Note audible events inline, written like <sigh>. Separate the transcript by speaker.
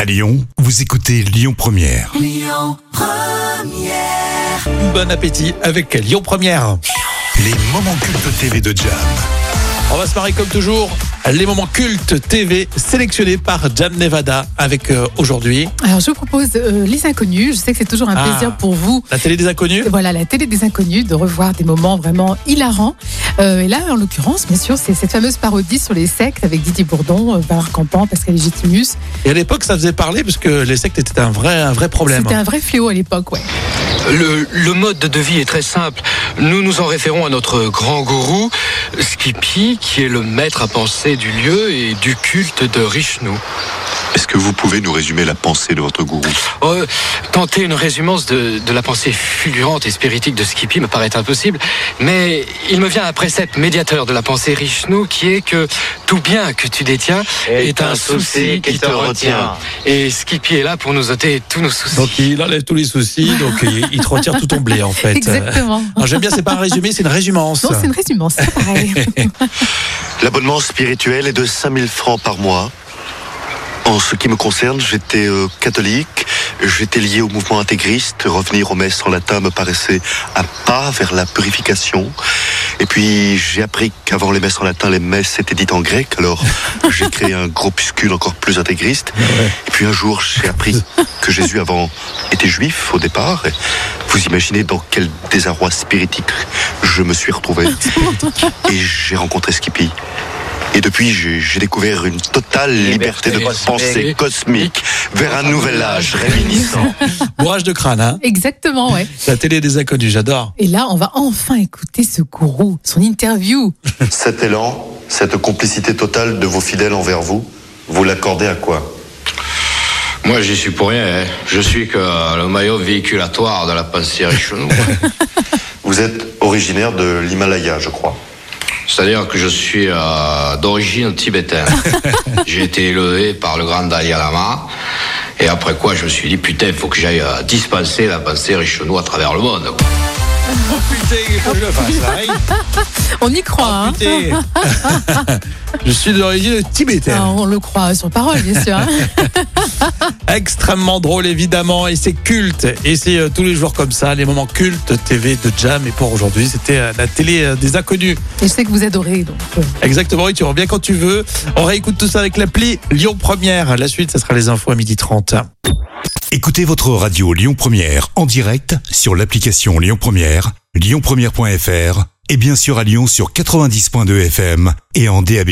Speaker 1: À Lyon, vous écoutez Lyon Première.
Speaker 2: Bon appétit avec Lyon Première.
Speaker 1: Les moments cultes TV de Jam.
Speaker 2: On va se marrer comme toujours. Les moments cultes TV sélectionnés par Jam Nevada avec euh, aujourd'hui
Speaker 3: Alors, je vous propose euh, Les Inconnus. Je sais que c'est toujours un
Speaker 2: Ah.
Speaker 3: plaisir pour vous.
Speaker 2: la télé des inconnus.
Speaker 3: Voilà, la télé des inconnus, de revoir des moments vraiment hilarants. Euh, et là, en l'occurrence, bien sûr, c'est cette fameuse parodie sur les sectes avec Didier Bourdon, euh, Bernard Campan, Pascal Légitimus.
Speaker 2: Et à l'époque, ça faisait parler parce que les sectes étaient un vrai, un vrai problème.
Speaker 3: C'était un vrai fléau à l'époque, ouais.
Speaker 4: Le, le mode de vie est très simple. Nous nous en référons à notre grand gourou, Skippy, qui est le maître à penser du lieu et du culte de Rishnu.
Speaker 5: Est-ce que vous pouvez nous résumer la pensée de votre gourou
Speaker 4: Euh, tenter une résumance de, de la pensée fulgurante et spiritique de Skippy me paraît impossible, mais il me vient un précepte médiateur de la pensée Rishnu qui est que tout bien que tu détiens est, un souci qui te retient. Et Skippy est là pour nous ôter tous nos soucis.
Speaker 2: Donc il enlève tous les soucis, donc il, il te retire tout ton blé en fait.
Speaker 3: Exactement.
Speaker 2: Alors, J'aime bien, c'est pas un résumé, c'est une résumance.
Speaker 3: Non, c'est une résumance, c'est pareil.
Speaker 5: L'abonnement spirituel est de 5000 francs par mois. En ce qui me concerne, j'étais euh, catholique, j'étais lié au mouvement intégriste, revenir aux messes en latin me paraissait un pas vers la purification. Et puis j'ai appris qu'avant les messes en latin, les messes étaient dites en grec, alors j'ai créé un groupuscule encore plus intégriste. Et puis un jour, j'ai appris que Jésus avant était juif au départ. Et vous imaginez dans quel désarroi spiritique je me suis retrouvé. Et j'ai rencontré Skippy. Et depuis, j'ai j'ai découvert une totale liberté de
Speaker 4: cosmique.
Speaker 5: pensée cosmique vers un nouvel âge réminiscent.
Speaker 2: Bourrage de crâne, hein.
Speaker 3: <laughs> Exactement, ouais.
Speaker 2: La télé des inconnus, j'adore.
Speaker 3: Et là, on va enfin écouter ce gourou, son interview.
Speaker 5: Cet élan, cette complicité totale de vos fidèles envers vous, vous l'accordez à quoi
Speaker 4: Moi, j'y suis pour rien. hein. Je suis que euh, le maillot véhiculatoire de la pensée Richelieu.
Speaker 5: Vous êtes originaire de l'Himalaya, je crois.
Speaker 4: C'est-à-dire que je suis euh, d'origine tibétaine. J'ai été élevé par le grand Dalai Lama. Et après quoi, je me suis dit, putain, il faut que j'aille euh, dispenser la pensée Richelieu à travers le monde. quoi.
Speaker 2: Putain, il faut que je le fasse, hein.
Speaker 3: On y croit, hein.
Speaker 2: Putain. <laughs> Je suis d'origine tibétaine.
Speaker 3: Ah, on le croit sur parole, bien sûr. hein.
Speaker 2: extrêmement drôle évidemment et c'est culte et c'est euh, tous les jours comme ça les moments cultes TV de Jam et pour aujourd'hui c'était euh, la télé euh, des inconnus
Speaker 3: Et je sais que vous adorez, donc. euh,
Speaker 2: exactement et tu reviens quand tu veux on réécoute tout ça avec l'appli Lyon Première la suite ça sera les infos à midi 30
Speaker 1: Écoutez votre radio Lyon Première en direct sur l'application Lyon Première, lyonpremière.fr et bien sûr à Lyon sur 90.2 FM et en DAB+.